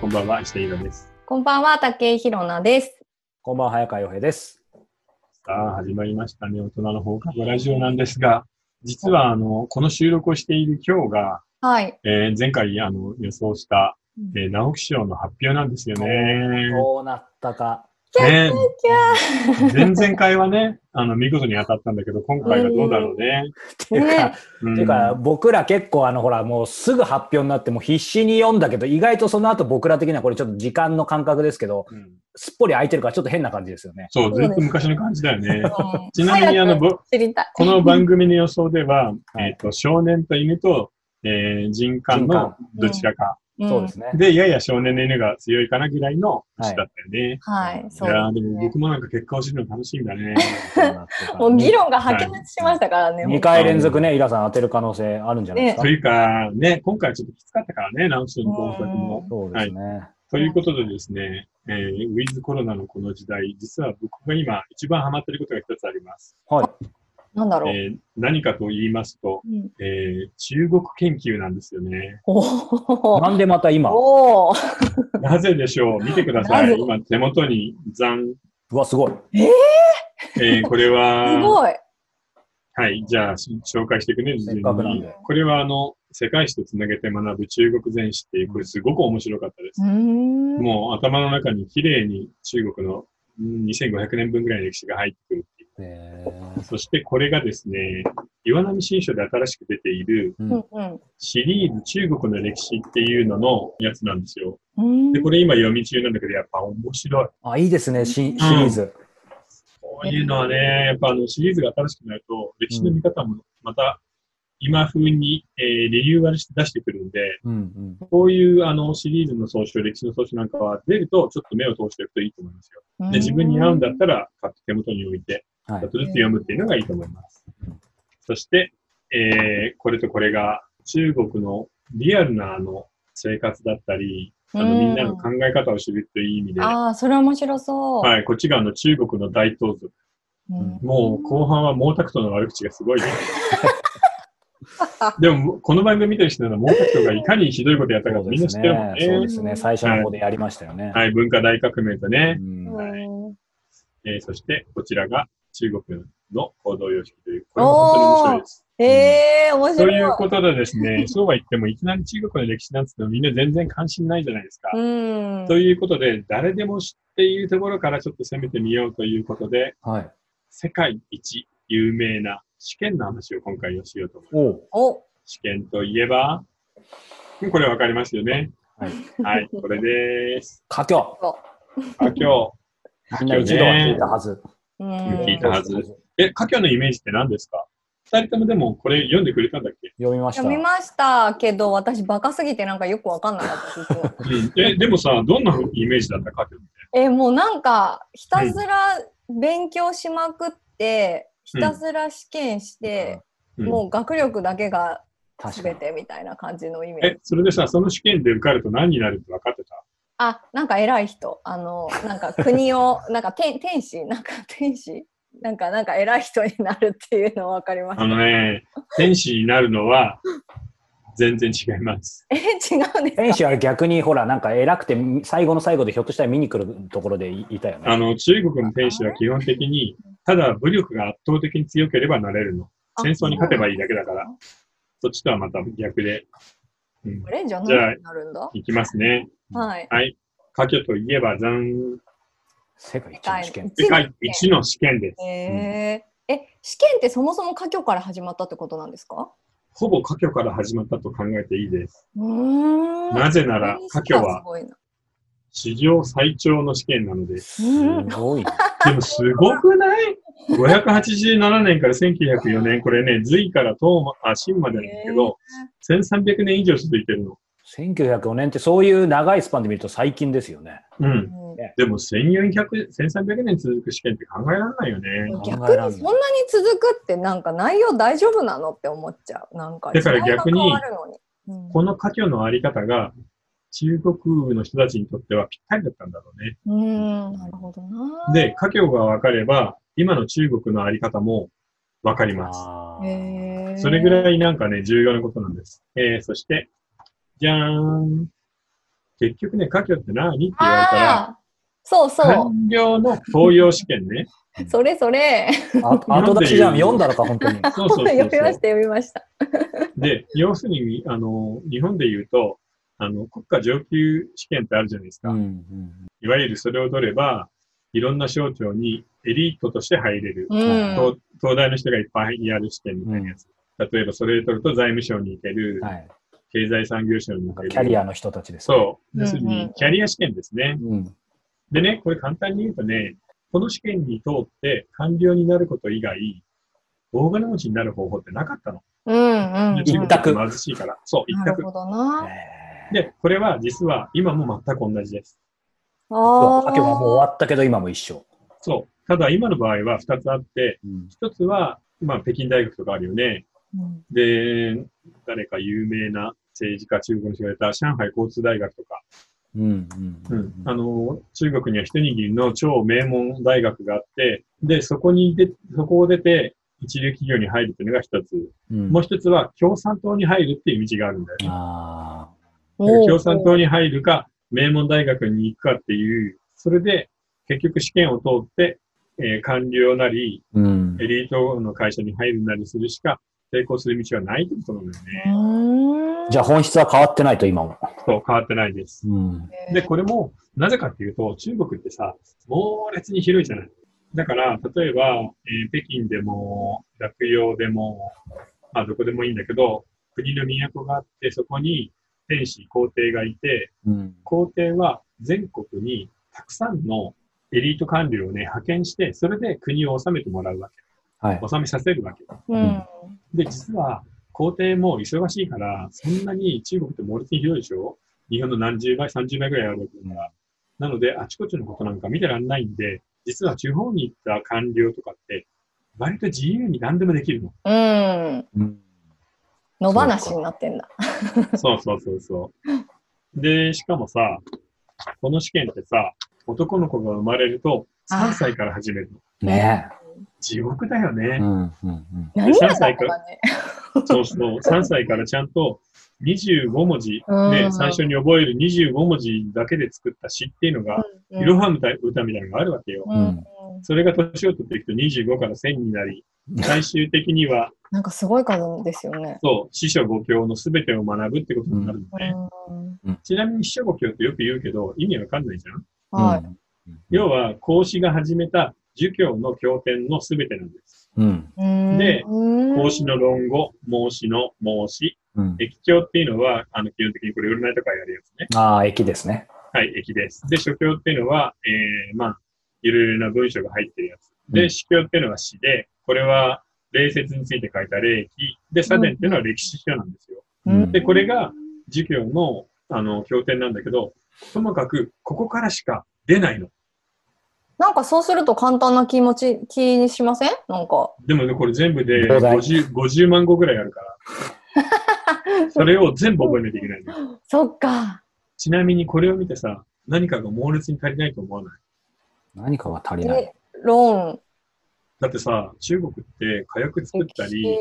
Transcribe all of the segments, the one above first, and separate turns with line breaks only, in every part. こんばんは、下井田です。
こんばんは、竹井ひろなです。
こんばんは、早川洋平です。
さあ、始まりましたね。大人の放課後ラジオなんですが、実は、あの、この収録をしている今日が、
はい。
えー前回、あの、予想した、えー直木賞の発表なんですよね。
どうなったか。
ね
キャ
前々回はね、あの、見事に当たったんだけど、今回はどうだろうね。
っていうか、
ね
うん
っていうか、僕ら結構、あの、ほら、もうすぐ発表になって、もう必死に読んだけど、意外とその後僕ら的にはこれちょっと時間の感覚ですけど、
うん
すっぽり空いてるからちょっと変な感じですよね。
そう、ずっと昔の感じだよね。
ー
ちなみに、あの、
早く
ぼ
知りたい。
この番組の予想では、
はい
えっと、少年と犬と、えー人間のどちらか。
ん
そうですね。
で、やや少年の犬が強いかなぐらいの年だったよね。
はい、
い
そう
やーで
です
も
ね。
僕もなんか結果を知るの楽しみだ ね。
もう議論が白熱しましたからね。
2回連続ね、イラさん当てる可能性あるんじゃないですか。
というか、ね、今回はちょっときつかったからね、直しの合格
う
も
ん。
そうですね。
ということでですね、えーウィズコロナのこの時代、実は僕が今一番ハマってることが一つあります。
はい。
なんだろう。
えー何かと言いますと、
うん
えー中国研究なんですよね。
おー
なんでまた今、
おー
なぜでしょう見てくださ。
ないぜ
今手元に、ザン。
うわ、すごい。
えーこれ
す
は、
ごい。
はい、じゃあし紹介していくね、
せっかくなんで。
これはあの、世界史とつなげて学ぶ中国全史っていう、これすごく面白かったです
う。ーん。
もう頭の中に綺麗に中国のうん2500年分ぐらいの歴史が入ってくるっていう。
え
そしてこれがですね、岩波新書で新しく出ている
ーう
うんんうん
シリーズ中国の歴史っていうののやつなんですよ。
うーん
で、これ今読み中なんだけど、やっぱ面白い。
あ、いいですね、シシリーズ。
こういうのはね、やっぱあのシリーズが新しくなると、歴史の見方もまた今風に、えーリニューアルして出してくるんで、
うん
こういうあのシリーズの総集、歴史の総集なんかは出ると、ちょっと目を通しておくといいと思いますよ。で、自分に合うんだったら、買って手元に置いて、
うん。は
ちょっ
い。
とずつ読むっていうのがいいと思います。そして、えー、これとこれが、中国のリアルなあの生活だったり、あのみんなの考え方を知るという意味で、は
ああー、それ面白そう。
い、こっちがあの中国の大統領。
うん
もう後半は毛沢東の悪口がすご いです。でも、この番組見てる人なら毛沢東がいかにひどいことやったか
そ
って
う
み
で
んな知
す
ってるもん
ね。
ね。
そうですね。最初の方でやりましたよね。
はい、文化大革命とね、
うん
うん
えーそしてこちらが中国の行動様式という、これも本当に面白いです。
ええ、面
と
白い。
いうことでですね、 そうは言ってもいきなり中国の歴史なんてのみんな全然関心ないじゃないですか。
うん。
ということで、誰でも知っているところからちょっと攻めてみようということで、
はい。
世界一有名な試験の話を今回をしようと思います。
おう
お、
試験といえば、これわかりますよね。
はい。
はい、これです。
佳境。
あ、今日。
みんな一度は聞いたはず。
うん
聞いたはずえ、華僑のイメージって何ですか二人ともでもこれ読んでくれたんだっけ、
読みました。
読みましたけど、私バカすぎてなんかよくわかんなかったです。
え、でもさ、どんなイメージだった華僑って。
えもうなんかひたすら勉強しまくって、
うん
ひたすら試験して、
うん
もう学力だけが
確か
全
に。
てみたいな感じのイメージ
え、それでさ、その試験で受かると何になるって分かってた
あなんか偉い人あのなんか国を なんか天天使なんか天使なんかなんか偉い人になるっていうの分かりました
あのね、天使になるのは全然違います。
え違うんですか
天使は逆にほら、なんか偉くて、最後の最後でひょっとしたら見に来るところでいいたよ
あ
ね。
の、中国の天使は基本的に、ただ武力が圧倒的に強ければなれるの。
あ
戦争に勝てばいいだけだからそっちとはまた逆で。うん
こ、れじゃ
じゃあ
何になるんだ
いきますね。
はい
はい。華僑といえば、ざん、
世界一の試験。
世界一の試験です。
えーえ試験ってそもそも科挙から始まったってことなんですか
ほぼ華僑から始まったと考えていいです。
うーん
なぜなら、華僑
す
は
ごいな
史上最長の試験なのです。
すごい。
でもすごくない ?587 年から1904年、これね、隋から唐ま、あ、秦までなんだけど、1300年以上続いてるの。
1904年ってそういう長いスパンで見ると最近ですよね。
うん。
うん
でも1400、1300年続く試験って考えられないよね。
考えら
逆
んない
にそんなに続くってなんか内容大丈夫なのって思っちゃうなんか
だから逆に
時代が変わるのに
この華僑のあり方が、中国の人たちにとってはぴったりだったんだろうね。
うんうんなるほどな
で、華僑が分かれば、今の中国のあり方も分かります。
あー
へー
それぐらいなんかね、重要なことなんです。えー、そして、じゃーん。結局ね、科挙って何って言われたら、
ああ、そうそう、
官僚の登用試験ね。
それそれ。
あ後出しじゃん、読んだ のか、本当に。
そうそうそうそ
読みま
う
し。た、読みました。
で、要するに、あの、日本で言うと、あの、国家上級試験ってあるじゃないですか。
うんうん
いわゆるそれを取れば、いろんな省庁にエリートとして入れる。
うん。
東東大の人がいっぱいやる試験みたいなやつ。例えばそれを取ると財務省に行ける、
はい、
経済産業省に行ける。
キャリアの人たちです。
そう。要する
うんう
に
ん、
キャリア試験ですね。
うん
でね、これ簡単に言うとね、この試験に通って官僚になること以外、大金持ちになる方法ってなかったの。
うんうんうん。
中国
一択
って貧しいから。そう、一
なる
択。
ほどな。
えー
で、これは実は今も全く同じです。
あ
そう
ー
今日はもう終わったけど、今も一緒。
そう。ただ今の場合は2つあって、1つは、まあ、北京大学とかあるよね。
うん
で、誰か有名な政治家、中国の人がやった上海交通大学とか、
うんう
うんん、あの、中国には一握りの超名門大学があって、で、そこにで、そこを出て、一流企業に入るっていうのが一つ。
うん
もう一つは、共産党に入るっていう道があるんだよね。
あ
おー
共産党に入るか、名門大学に行くかっていう、それで結局試験を通って、えー官僚なり、
ーうん
エリートの会社に入るなりするしか成功する道はないってことなんだよ
う
ね。
ーん
じゃあ本質は変わってないと、今も。
そう、変わってないです。
うん
で、これも、なぜかっていうと、中国ってさ、猛烈に広いじゃない。だから、例えば、えー北京でも、洛陽でも、まあ、どこでもいいんだけど、国の都があって、そこに天使、皇帝がいて、
うん
皇帝は全国にたくさんのエリート官僚をね、派遣して、それで国を治めてもらうわ
はい
け。。治めさせるわけ。
うん。
で、実は皇帝も忙しいから、そんなに中国って猛烈に広いでしょ日本の何十倍、30倍ぐらいあるわけだから。なので、あちこちのことなんか見てらんないんで、実は地方に行った官僚とかって、割と自由に何でもできるの。
うん。
うん
野放しになってんだ。
そうそうそうそう。で、しかもさ、この試験ってさ、男の子が生まれると3歳から始めるの。
ね
地獄だよね
え。う。んうんうん
何がだったかね。
そうそう。3歳からちゃんと25文字
うん
で、最初に覚える25文字だけで作った詩っていうのが、いろは歌歌みたいなのがあるわけよ。
うんうん
それが年を取っていくと25から1000になり、最終的には、
なんかすごい数ですよね。
そう、四書五経の全てを学ぶってことになるのね。
うん
ちなみに四書五経ってよく言うけど、意味わかんないじゃん
はい。
要は、孔子が始めた儒教の経典の全てなんです。
うん
で孔
孔
子の論語、孟子の孟子、
うん
液経っていうのは、あの、基本的にこれ占いとかやるやつね。
ああ、駅ですね。
はい、液です。で、書教っていうのは、えー、まあ、いろいろな文章が入ってるやつ。
う
で、
ん
詩教っていうのは詩で、これは礼節について書いた礼記。で、茶伝っていうのは歴史書なんですよ。
うん
で、これが儒教の、あの、経典なんだけど、ともかく、ここからしか出ないの。
なんかそうすると簡単な気持ち、気にしませんなんか。
でもね、これ全部で
膨大
50、50万語ぐらいあるから。 それを全部覚えないといけないのよ。
そっか。
ちなみにこれを見てさ、何かが猛烈に足りないと思わない
何かが足りない。
で、ロ
だってさ、中国って火薬
ーン、
作ったり、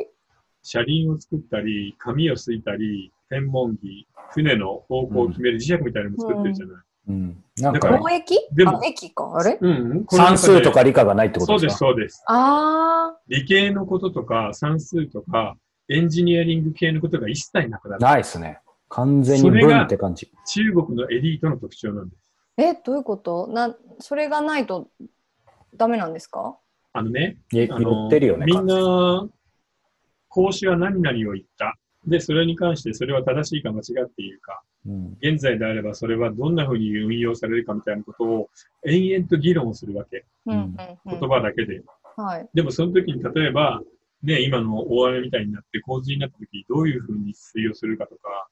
車輪を作ったり、紙をすいたり、天文儀、船の方向を決める磁石みたいなのも作ってるじゃない。
うんなん
だか
か、
ら
貿易
でも
あ、駅か。あれ
うん、うんこの中
算
で
数とか理科がないってこ
そ
と
う
で
ですす、
か
そうです。
あ
理系のこととか、算数とか、エンジニアリング系のことが一切なくなる。
ないですね。完全に
それが
文って感じ。
中国のエリートの特徴なんです。
ー。え、どういうことな、それがないとダメなんですか
あのね、
い
あ
言
の
ってるよね。
みん
完
な、孔子は何々を言った。で、それに関してそれは正しいか間違っているか。
全に
現在であればそれはどんな風に運用されるかみたいなことを延々と議論をするわけ。
う
うん
う
ん
んう
言
ん。
葉だけで。
はい。
でもその時に例えば、ね、今の大雨みたいになって洪水になった時どういう風に水をするかとか、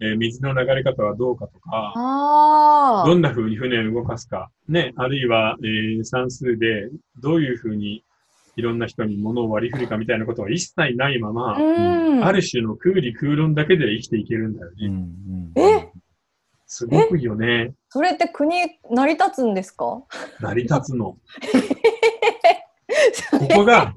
えー水の流れ方はどうかとか、
あ
ど
あ。
んな風に船を動かすか、ね、あるいは、えー算数でどういう風にいろんな人に物を割り振るかみたいなことは一切ないまま、
うん。
ある種の空理空論だけで生きていけるんだよね。
うんうんうん
え
すごくいいよね。
それって国成り立つんですか
成り立つの。ここが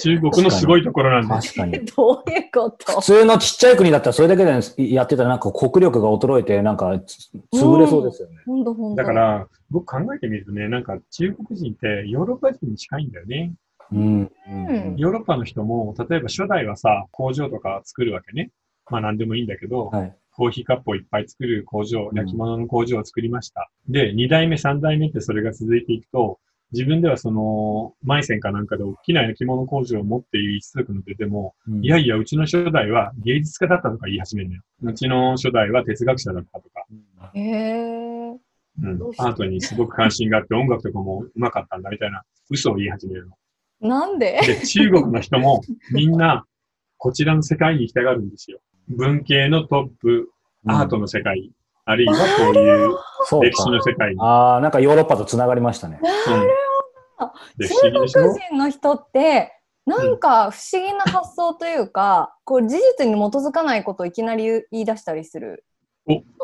中国のすごいところなんです。
確かに。
どういうこ
普
と
通のちっちゃい国だったらそれだけでやってたらなんか国力が衰えてなんかつ潰れそうですよね。
ほんとほんと
だか、ら、僕考えてみるとね、なんか中国人ってヨーロッパ人に近いんだよね。
うん。
うん
ヨーロッパの人も、例えば初代はさ、工場とか作るわけね。まあ何でもいいんだけど、
はい。
コーヒーカップをいっぱい作る工場、
うん
焼き物の工場を作りました。で、2代目、3代目ってそれが続いていくと、自分ではその、マイセンかなんかで大きな焼き物工場を持っている一族の出ても、いやいや、うちの初代は芸術家だったとか言い始めるのよ。うちの初代は哲学者だったとか、
へえ
うん
どうして
アートにすごく関心があって音楽とかもうまかったんだみたいな嘘を言い始めるの。
なんで
で、中国の人 もみんなこちらの世界に行きたがるんですよ。文系のトップ、アート
の
の世界、あるいはこういう歴史の世界に。
ああ、なんかヨーロッパとつながりましたね。
うんで、不思議でし
中
ょ
国人の人ってなんか不思議な発想というか、こう事実に基づかないことをいきなり言う言い出したりする。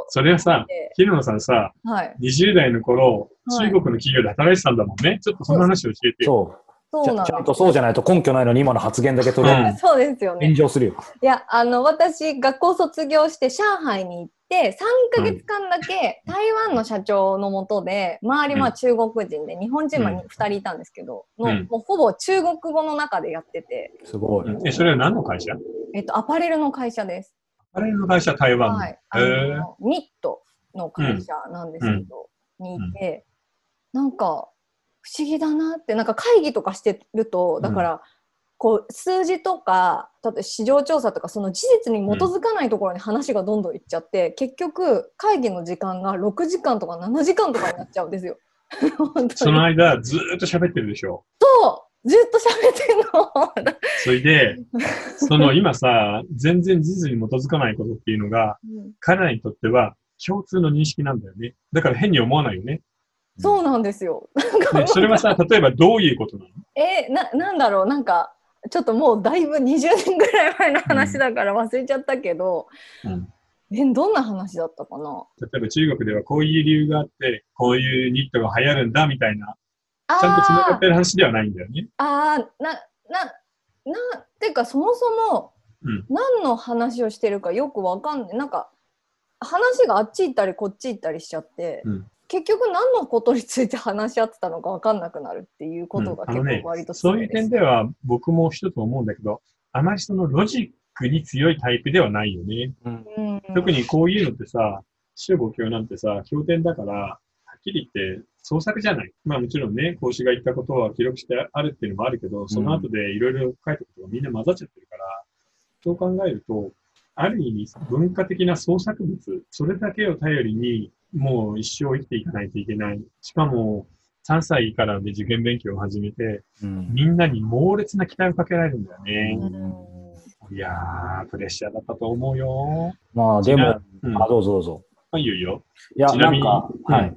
それはさ、平野さんさ、
はい、
20代の頃、
は
中
い
国の企業で働いてたんだもんね。ちょっとその話を教えてよ。
そ。
そううな
ち
ん
ゃ
です
ちゃんとそうじゃないと根拠ないのに今の発言だけ取り上げ
うん
て
そうですよね。
炎上するよ。
いや、あの、私、学校卒業して上海に行って、3ヶ月間だけ台湾の社長のもとで、周りは中国人で、日本人は
うん
2人いたんですけど、
う
の
ん
もうほぼ中国語の中でやってて、
すごい。
うんえ、それは何の会社
えっと、アパレルの会社です。
あれの会社台湾の。
はい。あ
へ
の、
え
ニットの会社なんですけど、にいて、なんか、不思議だなって、なんか会議とかしてると、だから、こう数字とか例えば市場調査とかその事実に基づかないところに話がどんどんいっちゃって、結局会議の時間が6時間とか7時間とかになっちゃうんですよ。 本当
その
に
間、ずーっと喋ってるでしょ。
そうずっと喋ってんの
それで、その今さ、全然事実に基づかないことっていうのが、
うん
彼らにとっては共通の認識なんだよね。だから変に思わないよね。
そうなんですよ。
ねそれはさ、例えばどういうことなの
えななんだろうなんかちょっともうだいぶ20年ぐらい前の話だから忘れちゃったけど、えどんな話だったかな
例えば中国ではこういう理由があって、こういうニットが流行るんだみたいな、
あ
ちゃんと繋が
ー
ってる話ではないんだよね。
あーなななっていうかそもそも
うん
何の話をしてるかよくわかんないなんか話があっち行ったりこっち行ったりしちゃって、
うん
結局何のことについて話し合ってたのかわかんなくなるっていうことが
うんあ
結
のね
構割と
そう
強
い
いうで
点
す、
では僕も一つ思うんだけど、あまりそのロジックに強いタイプではないよね。
うん
うん
特にこういうのってさ、中国教なんてさ、経典だから、はっきり言って創作じゃない。まあもちろんね、孔子が言ったことは記録してあるっていうのもあるけど、その後でいろいろ書いたことがみんな混ざっちゃってるから、そう考えると、ある意味文化的な創作物、それだけを頼りに、もう一生生きていかないといけない。しかも、3歳からで受験勉強を始めて、
うん
みんなに猛烈な期待をかけられるんだよね。
うん
いやー、プレッシャーだったと思うよ。
まあで
ちな
も、
うん、
あ、
ま
どうぞどうぞ。
あ、いいよいいよ。
いや、
ちな
な
み
ん
に
か、
うん
はい。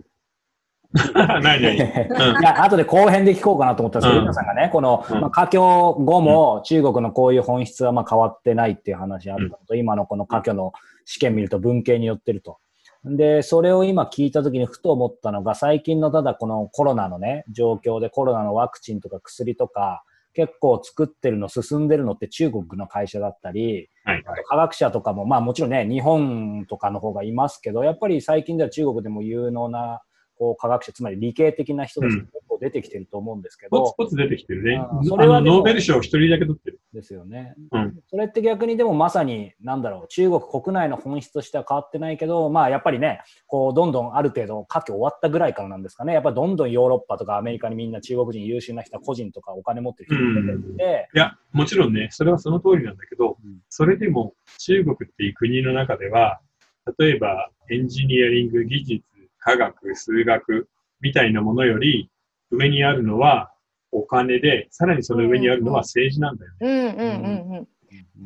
ないないい。うん
や、後で後編で聞こうかなと思ったんですけど、
うん
皆さんがね、この、
うん
まあ、華僑後も中国のこういう本質はまあ変わってないっていう話あるのと、今のこの華僑の試験見ると文系に寄ってると。で、それを今聞いたときにふと思ったのが、最近のただこのコロナのね、状況でコロナのワクチンとか薬とか、結構作ってるの、進んでるのって中国の会社だったり、
はい
あと科学者とかも、まあもちろんね、日本とかの方がいますけど、やっぱり最近では中国でも有能なこう科学者、つまり理系的な人たちが
うん
結構出てきてると思うんですけ
ポツ
ど、
ポツ出てきてるね。
あ
あ
ーそれは
の
でも
ノーベル賞一人だけ取ってる。
ですよね。
うん
それって逆にでもまさに、なんだろう、中国国内の本質としては変わってないけど、まあやっぱりね、こうどんどんある程度、夏季終わったぐらいからなんですかね、やっぱりどんどんヨーロッパとかアメリカにみんな中国人優秀な人、個人とかお金持ってる人が出てきて、
いや、もちろんね、それはその通りなんだけど
うん、
それでも中国っていう国の中では、例えばエンジニアリング、技術、科学、数学みたいなものより上にあるのはお金で、さらにその上にあるのは政治なんだよね。
うんうんうんうん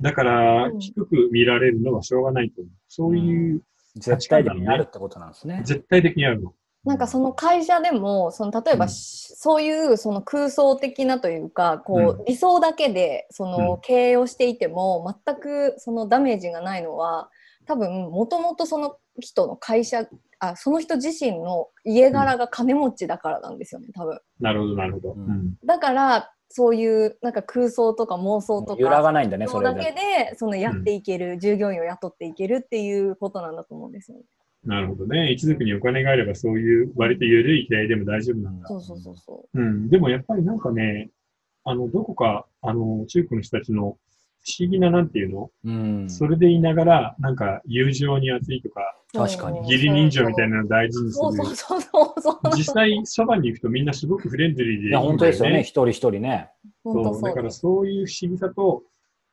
だから
う、ん
低く見られるのはしょうがないと思う。そういう、
絶対的にあるってことなんですね。
絶対的にあるの。
なんかその会社でもその例えば、
うん
そういうその空想的なというかこう、理想だけでその
うん
経営をしていても全くそのダメージがないのは多分もともとその人の会社あその人自身の家柄が金持ちだからなんですよね多分。
なるほど、なるほど。
う
うんん
だからそういうなんか空想とか妄想とか
揺らがないんだね、そ
そ
れ
だけ
で。
でそのやっていける、従業員を雇っていけるっていうことなんだと思うんですよね。
なるほどね。一族にお金があれば、そういう割と緩い平いでも大丈夫なんだ。
そうそうそうそ
うん、でもやっぱりなんかね、あの、どこか、あの、中国の人たちの不思議な、なんていうの、
うん。
それでいながら、なんか、友情に熱いとか、
う。
確かに
そう
義理人情みたい
な。
なのを大事にす
そうそう
る。
そうそうそう。
実際、そばに行くとみんなすごくフレンドリーでい
い
いんだ
や、
よ、
本当ですよね、一人一人ね。
本当
そう、
そ
だ
う
か
で
ら
す。
そういう不思議さと、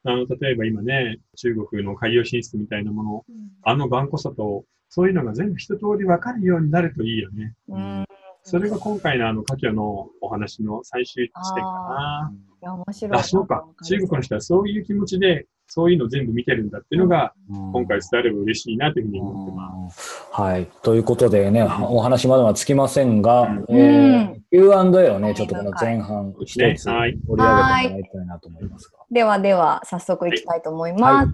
あの、例えば今ね、中国の海洋進出みたいなもの、あの頑固さと、そういうのが全部一通り分かるようになるといいよね。
うん。
それが今回のあの、華僑のお話の最終地点かな。
いや面白い
あ、そうか。中国の人はそういう気持ちで、そういうの全部見てるんだっていうのが、
うん
今回伝えれば嬉しいなというふうに思ってます。
はい。ということでね、お話まだはつきませんが、
ん
えー Q&A を
う
ね、
ん
ちょっとこの前半一つ
ね
取り
は
上
い
げてもらいたいなと思いますが。
ではでは早速いきたいと思います、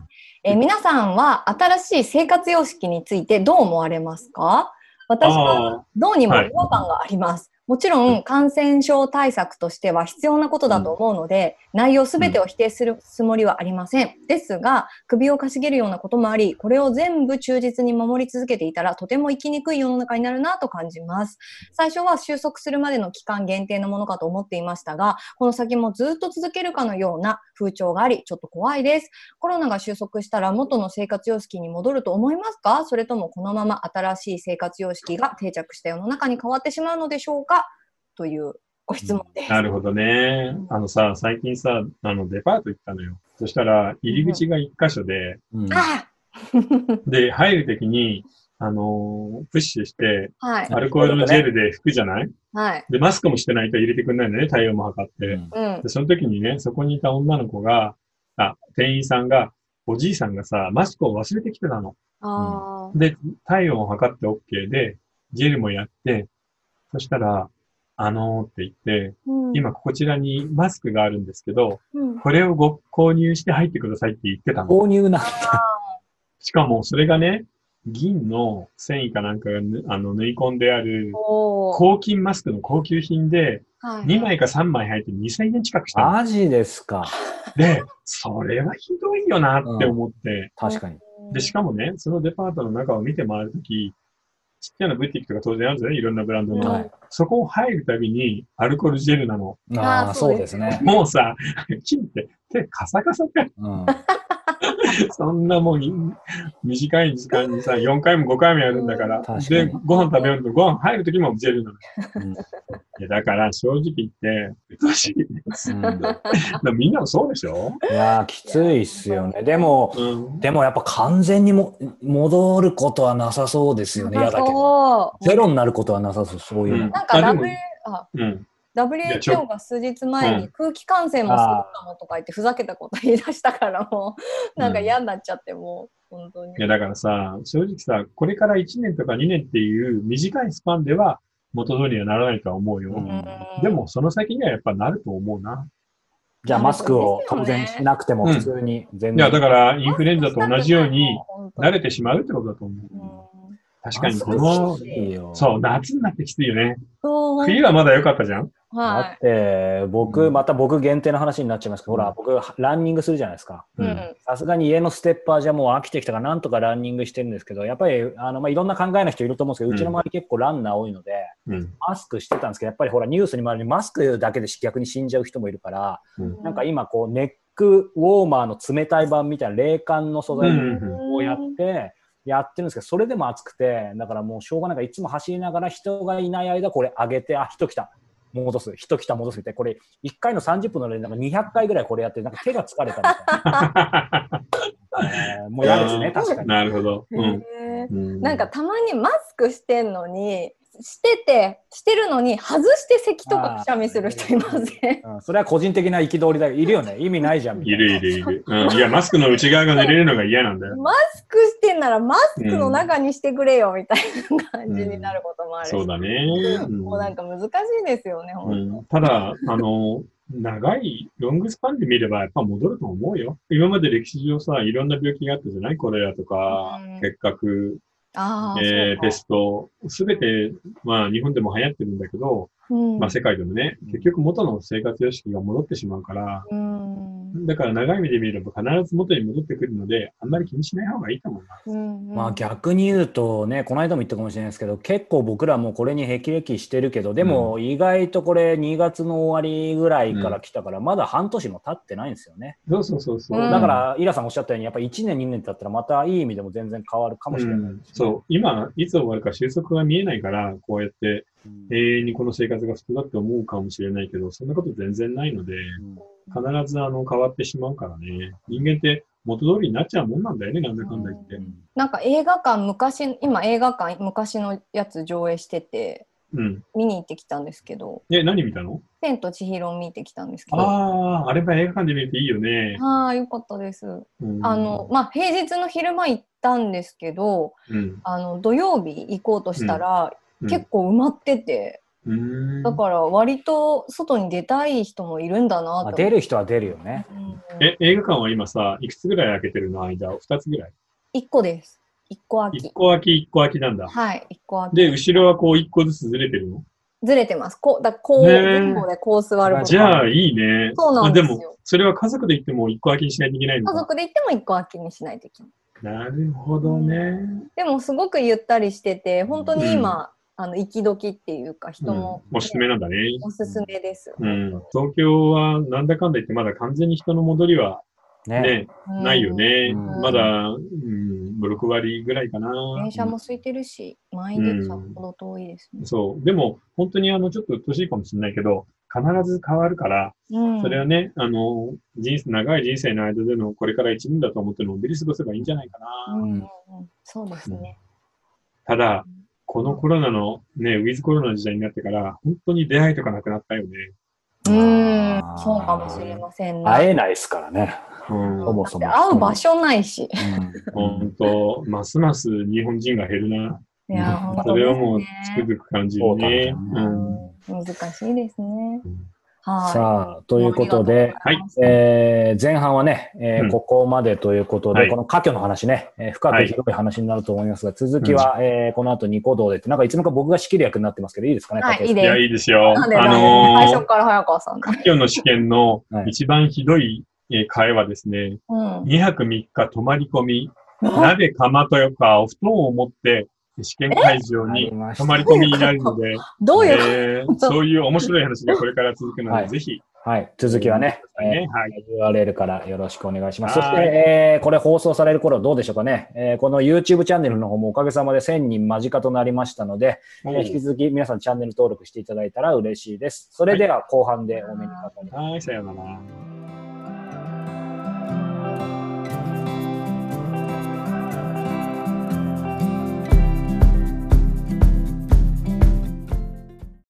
えー皆さんは新しい生活様式についてどう思われますか私は
あ
どうにも違和感があります、もちろん感染症対策としては必要なことだと思うので、内容すべてを否定するつもりはありません。ですが、首をかしげるようなこともあり、これを全部忠実に守り続けていたら、とても生きにくい世の中になるなと感じます。最初は収束するまでの期間限定のものかと思っていましたが、この先もずっと続けるかのような風潮があり、ちょっと怖いです。コロナが収束したら元の生活様式に戻ると思いますかそれともこのまま新しい生活様式が定着した世の中に変わってしまうのでしょうかというご質問です。
あ、なるほどね。あのさ、最近さ、あの、デパート行ったのよ。そしたら、入り口が一箇所で、
うん
あ
で、入るときに、あのープッシュして、
あはい。
アルコールのジェルで拭くじゃない
はい。
で、マスクもしてないと入れてくんないのね、体温も測って。
うん
うん
で、。その時にね、そこにいた女の子が、あ、店員さんが、おじいさんがさ、マスクを忘れてきてたの。
ああ。
で、体温を測って OK で、ジェルもやって、そしたら、あのーって言って、
うん、
今こちらにマスクがあるんですけど、
うん、
これをご購入して入ってくださいって言ってたの。
購入なん
しかもそれがね、銀の繊維かなんかがぬあの縫い込んである、
おー
抗菌マスクの高級品で、
はい
2枚か3枚入って2000円近くしたの。
マジですか。
で、それはひどいよなって思って、
確かに。
で、しかもね、そのデパートの中を見て回るとき、ちっちゃなブティックとか当然あるじゃないいろんなブランド
うん
の。
はい
そこを入るたびにアルコールジェルなの。
あ
あー
あ、
そ
そうう
で
ですす
ね
ね。
もうさ、金って手カサカサか。
うん
そんなもうい短い時間にさ、4回も5回もやるんだから。
確か
で
に、
ご飯食べるとご飯入るときもジェルなの。
うん
いやだから正直言って、うっとうしいね。
うん
だからみんなもそうでしょ
いやー、きついっすよね。でも、
うん。
でもやっぱ完全にも戻ることはなさそうですよね。嫌だけど。
そ
ゼロになることはなさそう、そういう
う
の
ん。
うなんか
あでも
W あ
うん。やち
WHO
ょ
が数日前
う
に空気感染もするかもとか言ってふざけたこと言い出したからもうなんか嫌になっちゃってもう本当に
いや、だからさ、正直さ、これから1年とか2年っていう短いスパンでは元通りにはならないとは思うよ。
うん
でも、その先にはやっぱなると思うな。
じゃあマスクを
そうで
当
すよね
然しなくても普通に全
いや、だ
然。
から、インフルエンザと同じように、慣
誰
れてしまうってことだと思う。確かに、こ
マ
の
スク、
いいよ
そう、夏になってきついよね。
そう
冬はまだ良かったじゃん
だ
は
って、僕、
うん
また僕限定の話になっちゃいますけど、ほ
う
ら、
ん
僕、ランニングするじゃないですか。
い、う
うん
ん
さすがに家のステッパーじゃもう飽きてきたから、なんとかランニングしてるんですけど、やっぱり、あの、まあ、いろんな考えの人いると思うんですけど、うちの周り結構ランナー多いので、
うん。
マスクしてたんですけど、やっぱりほら、ニュースにもあるようにマスクだけで逆に死んじゃう人もいるから、
うん
なんか今、こう、ネックウォーマーの冷たい版みたいな冷感の素材
うん
をやって、やってるんですけど、それでも暑くて、だからもうしょうがないから、いつも走りながら人がいない間、これ上げて、あ、人来た、戻す、人来た、戻すみたいな、これ、1回の30分の連打が200回ぐらいこれやって、なんか手が疲れたみ たいな。えーもう嫌ですね、 確かに。
なるほど。うん。
へー
うん
なんか、たまにマスクしてんのにしててしてるのに外して咳とかくしゃみする人いません
うん、それは個人的な憤りだけどいるよね。意味ないじゃんみ
い
たい
る
な。
いるいる。うん。いや、マスクの内側が濡れるのが嫌なんだよ。
マスクしてんならマスクの中にしてくれよみたいな感じになることもあるし、
そうだね。うん
もうなんか難しいですよね、
う
本
ん、ただ、あの、長い、ロングスパンで見れば、やっぱ戻ると思うよ。今まで歴史上さ、いろんな病気があったじゃないコレラとか
うん、
結核、
当。ああ、
えー
そう
ペ
か
スト、すべて、まあ、日本でも流行ってるんだけど、
うん
まあ、世界でもね、結局元の生活様式が戻ってしまうから、
うん
だから長い目で見れば必ず元に戻ってくるので、あんまり気にしない方がいいと思います。
うん
まあ逆に言うとね、この間も言ったかもしれないですけど、結構僕らもうこれに霹靂してるけど、でも意外とこれ2月の終わりぐらいから来たから、まだ半年も経ってないんですよね。
そうそうそうそう。
うん
だから、イラさんおっしゃったように、やっぱり1年2年経ったらまたいい意味でも全然変わるかもしれない。
うんそう、今、いつ終わるか収束が見えないから、こうやって
うん
永遠にこの生活が普通だって思うかもしれないけど、そんなこと全然ないので、
うん
必ずあの変わってしまうからね、人間って元通りになっちゃうもんなんだよね、なんだかんだ言って。
なんか映画館昔今映画館昔のやつ上映してて
うん。
見に行ってきたんですけど
え、何見たの
「千と千尋」を見てきたんですけどは
ああ、あれは映画館で見るといいよね。
いよかったです
うん
あのまあ平日の昼間行ったんですけど
うん
あの土曜日行こうとしたら、
うん
結構埋まってて、
うん
だから割と外に出たい人もいるんだな
まあ
と
出る人は出るよね。
うん
え、映画館は今さ、いくつぐらい開けてるの間 ?2 つぐらい。
一個です一個空
1
き
個空き、1個空きなんだ。
はい一個空き
で、後ろはこう1個ずつずれてるの
ずれてますこうだこう
ねえ
前後でこう座ること
じゃあいいね。
そうなんですよ
あも、それは家族で行っても1個空きにしないといけないの
家
か。
族で行っても一個空きにしないといけない
なるほどね。
でもすごくゆったりしてて本当に今、あの行き時っていうか人も、
うんおすすめなんだね。
おすすめです、
うん。東京はなんだかんだ言ってまだ完全に人の戻りは
ね。
ね、ないよね。
うん
まだ、うん、6割ぐらいかな。
電車も空いてるし、満員電車ほど遠いですね。
そう。でも、本当にあの、ちょっとうっとしいかもしれないけど、必ず変わるから、
うん
それはね、あの、人生、長い人生の間でのこれから一年だと思ってのんびり過ごせばいいんじゃないか
う
な。
んうんうんそうですね。
ただ、このコロナのね、ウィズコロナの時代になってから、本当に出会いとかなくなったよね。
うん、
あー
そうかもしれません
会
ね。
えないですからね。
うん。
そもそも
だって会う場所ないし。
本当、ますます日本人が減るな。
いや、本当
それをもう
です
つ
ね
くづく感じるね。
そう
う
だ
ん。
難しいですね
うん。
はい。
さあ、ということで、
ありがとうございます。
えー前半はね、えー
うん
ここまでということで、
はい
この家居の話ね、えー深く広い話になると思いますが、続きは、えーこの後ニコ動でって、なんかいつの間にか僕が仕切る役になってますけど、いいですかね、
はい
家計
いい
い
で
や、いいですよ。
な
あ
んで、
の
最初
ー、
から早川さんだ。
今日の試験の
はい
一番ひどいえー会話ですね、
うん。
2泊3日泊まり込み、鍋、釜というか、お布団を持って、試験会場
あり
に
ました
泊まり込みになるので、
どういうこと
えーそういう面白い話がこれから続くの
は
で、
い
ぜひ、
はい、続きはね、
ねはい。
えー URL からよろしくお願いします。そ
はい
して、えーこれ放送される頃どうでしょうかね、えーこの YouTube チャンネルの方もおかげさまで1000人間近となりましたので、えー
おう
引き続き皆さんチャンネル登録していただいたら嬉しいです。それでは後半でお目にかかりましょう
はい、さようなら。